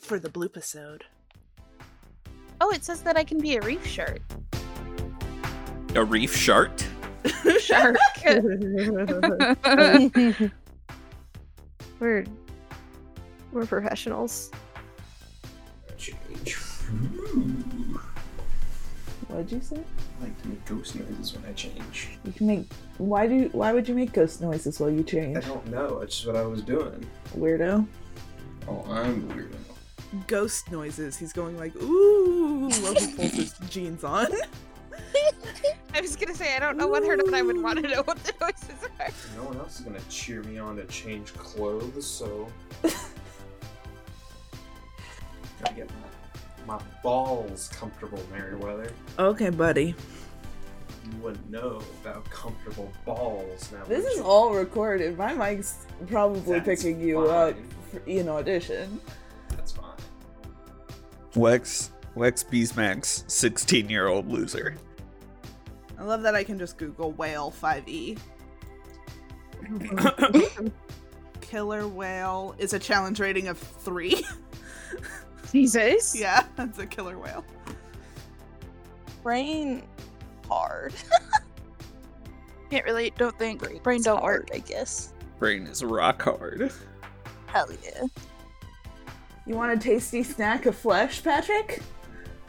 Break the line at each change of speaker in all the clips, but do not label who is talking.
for the bloopasode.
Oh, it says that I can be a reef shark.
A reef shark?
Shark.
we're we're professionals.
Change. Ooh.
What'd you say?
I like to make ghost noises when I change.
You can make. Why do? Why would you make ghost noises while you
I
change,
don't know. It's just what I was doing.
weirdo?
Oh, I'm the weirdo.
Ghost noises. He's going like, ooh, while he pulls his jeans on.
I was gonna say I don't know what her, but I would want to know what the noises are.
No one else is gonna cheer me on to change clothes, so gotta get my, my balls comfortable, Meriwether.
Okay, buddy.
You wouldn't know about comfortable balls now.
This
would
is
you?
all recorded. My mic's probably
That's
picking you up,
fine.
for, you know, audition.
That's fine.
Wex Wex Beesmax, sixteen year old loser.
I love that I can just Google whale E. 5e. Killer whale is a challenge rating of three.
Jesus.
yeah, that's a killer whale.
Brain hard.
Can't really. Don't think. Brain
It's
don't
hard,
work.
I guess.
Brain is rock hard.
Hell yeah.
You want a tasty snack of flesh, Patrick?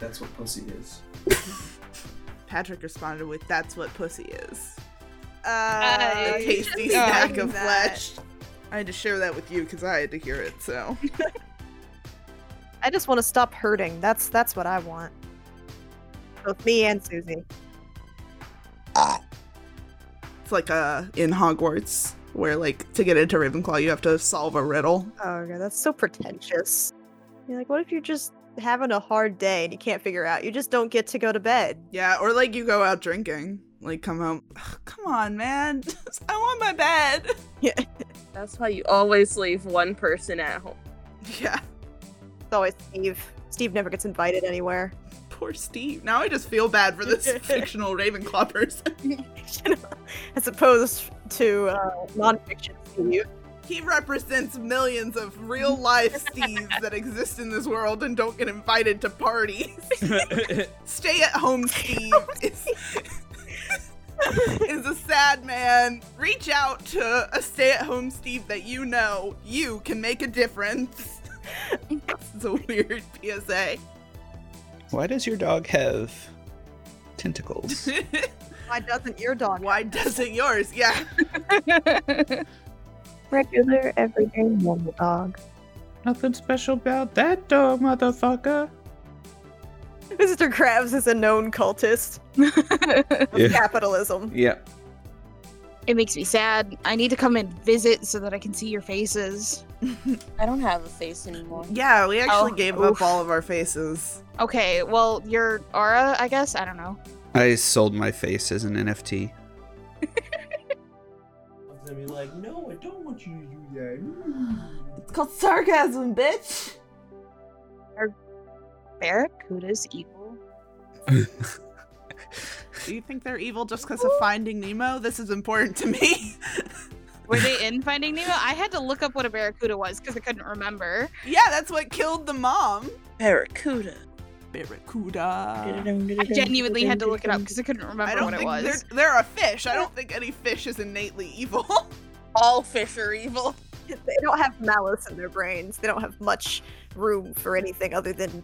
That's what pussy is.
Patrick responded with, "That's what pussy is."
I
Uh, a tasty
just
snack
learned
of
that.
flesh. I had to share that with you because I had to hear it. So
I just want to stop hurting. That's that's what I want. Both me and Susie.
it's like uh, in Hogwarts where like to get into Ravenclaw you have to solve a riddle.
Oh god, that's so pretentious. You're like, what if you're just having a hard day and you can't figure out? You just don't get to go to bed.
Yeah, or like you go out drinking, like come home. Ugh, come on, man. I want my bed.
That's why you always leave one person at home.
Yeah,
It's always Steve. Steve never gets invited anywhere.
poor Steve. Now I just feel bad for this fictional Ravenclaw person.
As opposed to uh, nonfiction Steve.
He represents millions of real life Steves that exist in this world and don't get invited to parties. Stay at home, Steve. is, is a sad man. Reach out to a stay at home Steve that you know you can make a difference. it's a weird PSA.
Why does your dog have tentacles?
Why doesn't your dog?
Why doesn't yours? Yeah.
Regular, everyday, normal dog.
Nothing special about that dog, motherfucker.
Mr. Krabs is a known cultist of
Yeah.
capitalism.
Yeah.
It makes me sad. I need to come and visit so that I can see your faces.
I don't have a face anymore.
Yeah, we actually
Oh,
gave up
oof.
all of our faces.
Okay, well, your aura, I guess. I don't know.
I sold my face as an NFT.
I'm gonna be like, no, I don't want you to do that.
It's called sarcasm, bitch.
Barracudas equal.
Do you think they're evil just because of Finding Nemo? This is important to me.
Were they in Finding Nemo? I had to look up what a barracuda was because I couldn't remember.
yeah, that's what killed the mom.
Barracuda. Uh,
Barracuda.
I genuinely had to look it up because I couldn't
I
remember
don't
what it
think
was.
they're they're a fish. I don't think any fish is innately evil.
All fish are evil.
They don't have malice in their brains. They don't have much room for anything other than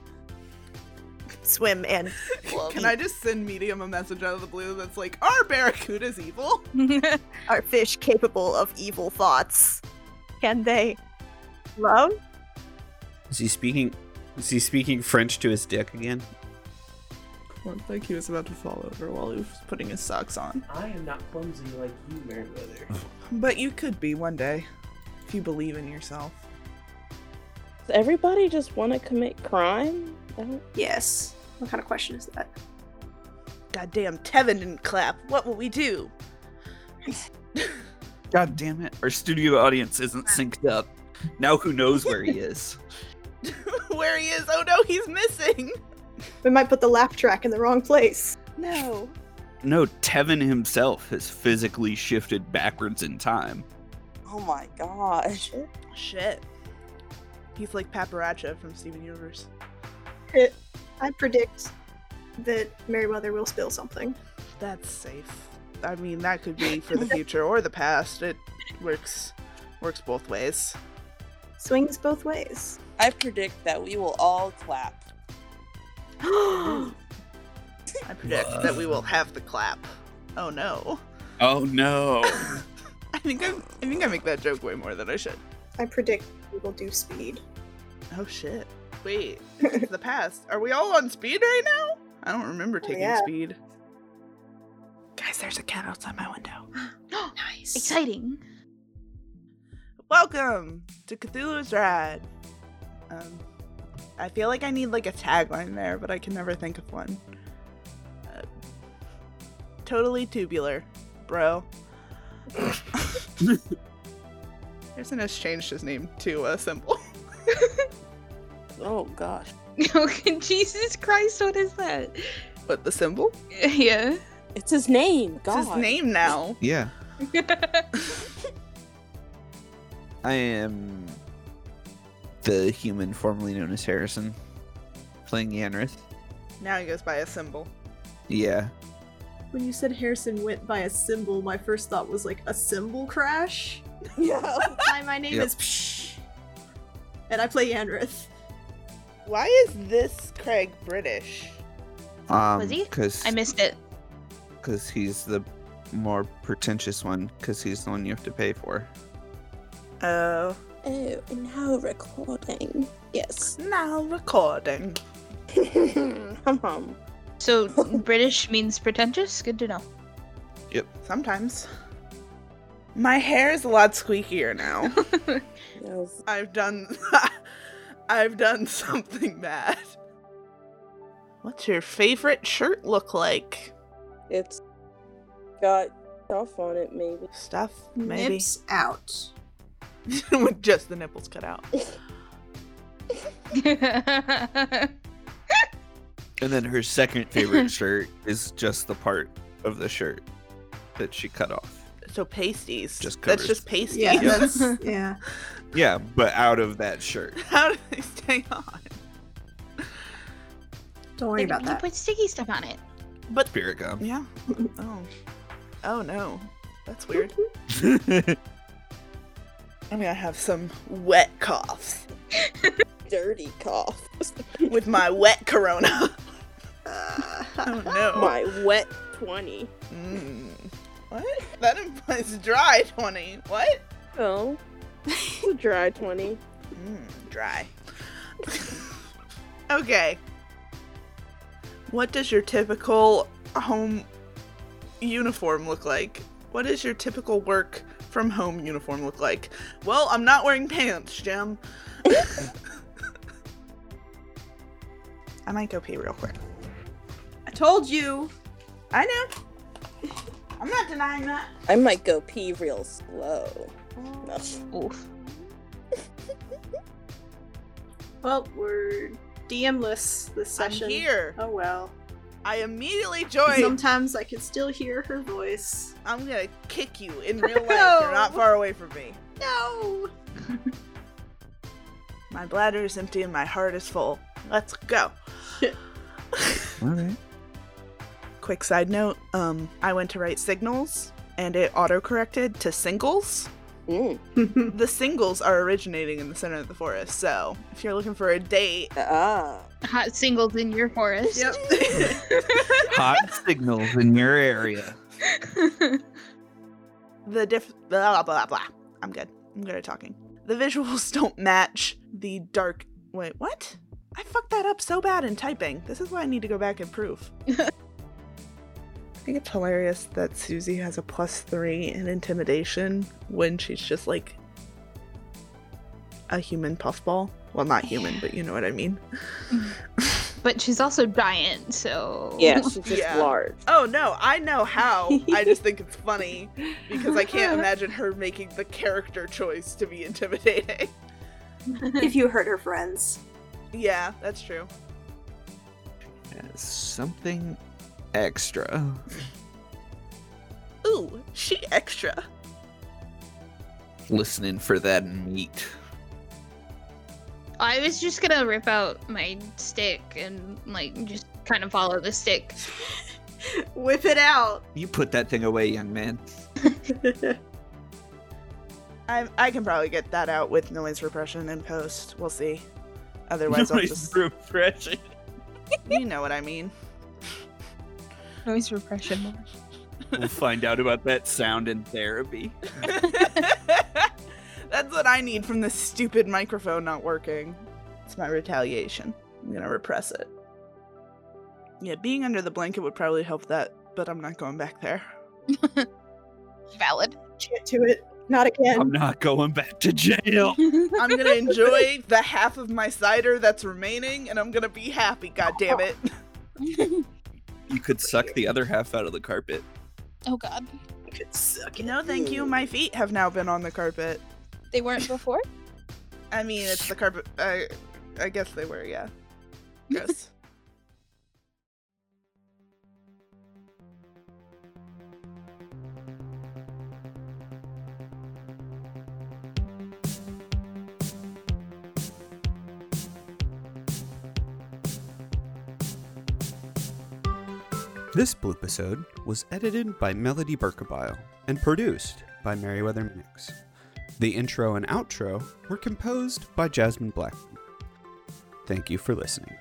swim and
Well,
Can I just send Medium a message out of the blue that's like, "Are barracudas evil?"
are fish capable of evil thoughts? Can they love?
Is he speaking? Is he speaking French to his dick again?
Looked like he was about to fall over while he was putting his socks on.
I am not clumsy like you, Meriwether.
But you could be one day if you believe in yourself.
Does everybody just want to commit crime? I don't-
Yes. What kind of question is that?
Goddamn, Tevin didn't clap. What will we do?
God damn it! Our studio audience isn't synced up. Now who knows where he is?
Where he is? Oh no, he's missing.
We might put the laugh track in the wrong place.
No.
No, Tevin himself has physically shifted backwards in time.
Oh my gosh.
Shit. He's like Paparacha from Steven Universe.
I predict that Meriwether will spill something.
That's safe. I mean, that could be for the future or the past. It works works both ways.
Swings both ways.
I predict that we will all clap.
I predict that we will have the clap. Oh no.
Oh no.
I think I, I think I make that joke way more than I should.
I predict we will do speed.
Oh shit. Wait, this is the past. Are we all on speed right now? I don't remember taking
yeah.
speed. Guys, there's a cat outside my window.
Nice.
Exciting.
Welcome to Cthulhu's Ride. Um, I feel like I need like a tagline there, but I can never think of one. Uh, totally tubular, bro. Harrison has changed his name to a symbol.
Oh gosh.
Okay, Jesus Christ, what is that?
What the symbol?
Yeah.
It's his name. God.
It's his name now.
Yeah. I am the human formerly known as Harrison, playing Yanrith.
Now he goes by a symbol.
Yeah.
When you said Harrison went by a symbol, my first thought was like a symbol crash.
Yeah.
Hi, my name
Yep.
is Psh, and I play Yanrith.
Why is this Craig British?
Um,
Was he?
Because
I missed it.
he's the more pretentious one, because he's the one you have to pay for.
Oh,
Oh, and now recording. Yes.
now recording.
Hum hum.
So British means pretentious? Good to know.
Sometimes. My hair is a lot squeakier now.
Yes.
I've done I've done something bad. What's your favorite shirt look like?
It's got stuff on it, maybe.
Stuff maybe
Nips out.
with just the nipples cut out.
And then her second favorite shirt is just the part of the shirt that she cut off.
So pasties.
Just
That's
covers.
just pasties.
Yeah, that's yeah.
Yeah, but out of that shirt.
How do they stay on?
Don't worry about
You
that.
put sticky stuff on it.
But
Spirit gum.
yeah. Oh. Oh no. That's weird. I'm gonna have some wet coughs
Dirty cough.
with my wet corona.
Uh,
Oh no.
My wet 20.
Mm. What? That implies dry 20. What?
Oh. Dry 20.
Mm, dry. okay. What does your typical home uniform look like? What does your typical work from home uniform look like? Well, I'm not wearing pants, Jim. I might go pee real quick.
I told you.
I know. I'm not denying that.
I might go pee real slow. No.
Oof.
Well, we're DM-less this session.
I'm here.
Oh well.
I immediately joined.
Sometimes I can still hear her voice.
I'm gonna kick you in real life. You're not far away from me.
No.
My bladder is empty and my heart is full. Let's go.
All right.
Quick side note: um, I went to write signals, and it autocorrected to singles.
Mm.
The singles are originating in the center of the forest, so if you're looking for a date,
Uh-uh.
Ah.
Hot singles in your forest.
Yep.
Hot signals in your area.
the diff blah blah blah blah. I'm good. I'm good at talking. The visuals don't match the dark. Wait, what? I fucked that up so bad in typing. This is why I need to go back and prove. I think it's hilarious that Susie has a plus three in intimidation when she's just like a human puffball. Well, not human, but you know what I mean.
but she's also giant, so
Yeah, she's just
Yeah.
large.
Oh no, I know how. I just think it's funny because I can't imagine her making the character choice to be intimidating.
if you hurt her friends.
Yeah, that's true.
Something extra.
Ooh, she extra.
Listening for that meat.
I was just gonna rip out my stick and like just kind of follow the stick.
Whip it out.
You put that thing away, young man.
I, I can probably get that out with noise repression in post. We'll see. Otherwise, I'll
Noise
just.
repression.
You know what I mean.
Noise repression.
We'll find out about that sound in therapy.
That's what I need from this stupid microphone not working. It's my retaliation. I'm gonna repress it. Yeah, being under the blanket would probably help that, but I'm not going back there.
Valid.
Get to it. Not again.
I'm not going back to jail.
I'm gonna enjoy the half of my cider that's remaining, and I'm gonna be happy. God damn it!
You could suck the other half out of the carpet.
Oh god.
No, thank you. My feet have now been on the carpet.
They weren't before?
I mean, it's the carpet. I, I guess they were. Yeah. Gross.
This bloop episode was edited by Melody Berkebile and produced by Meriwether Minix. The intro and outro were composed by Jasmine Blackman. Thank you for listening.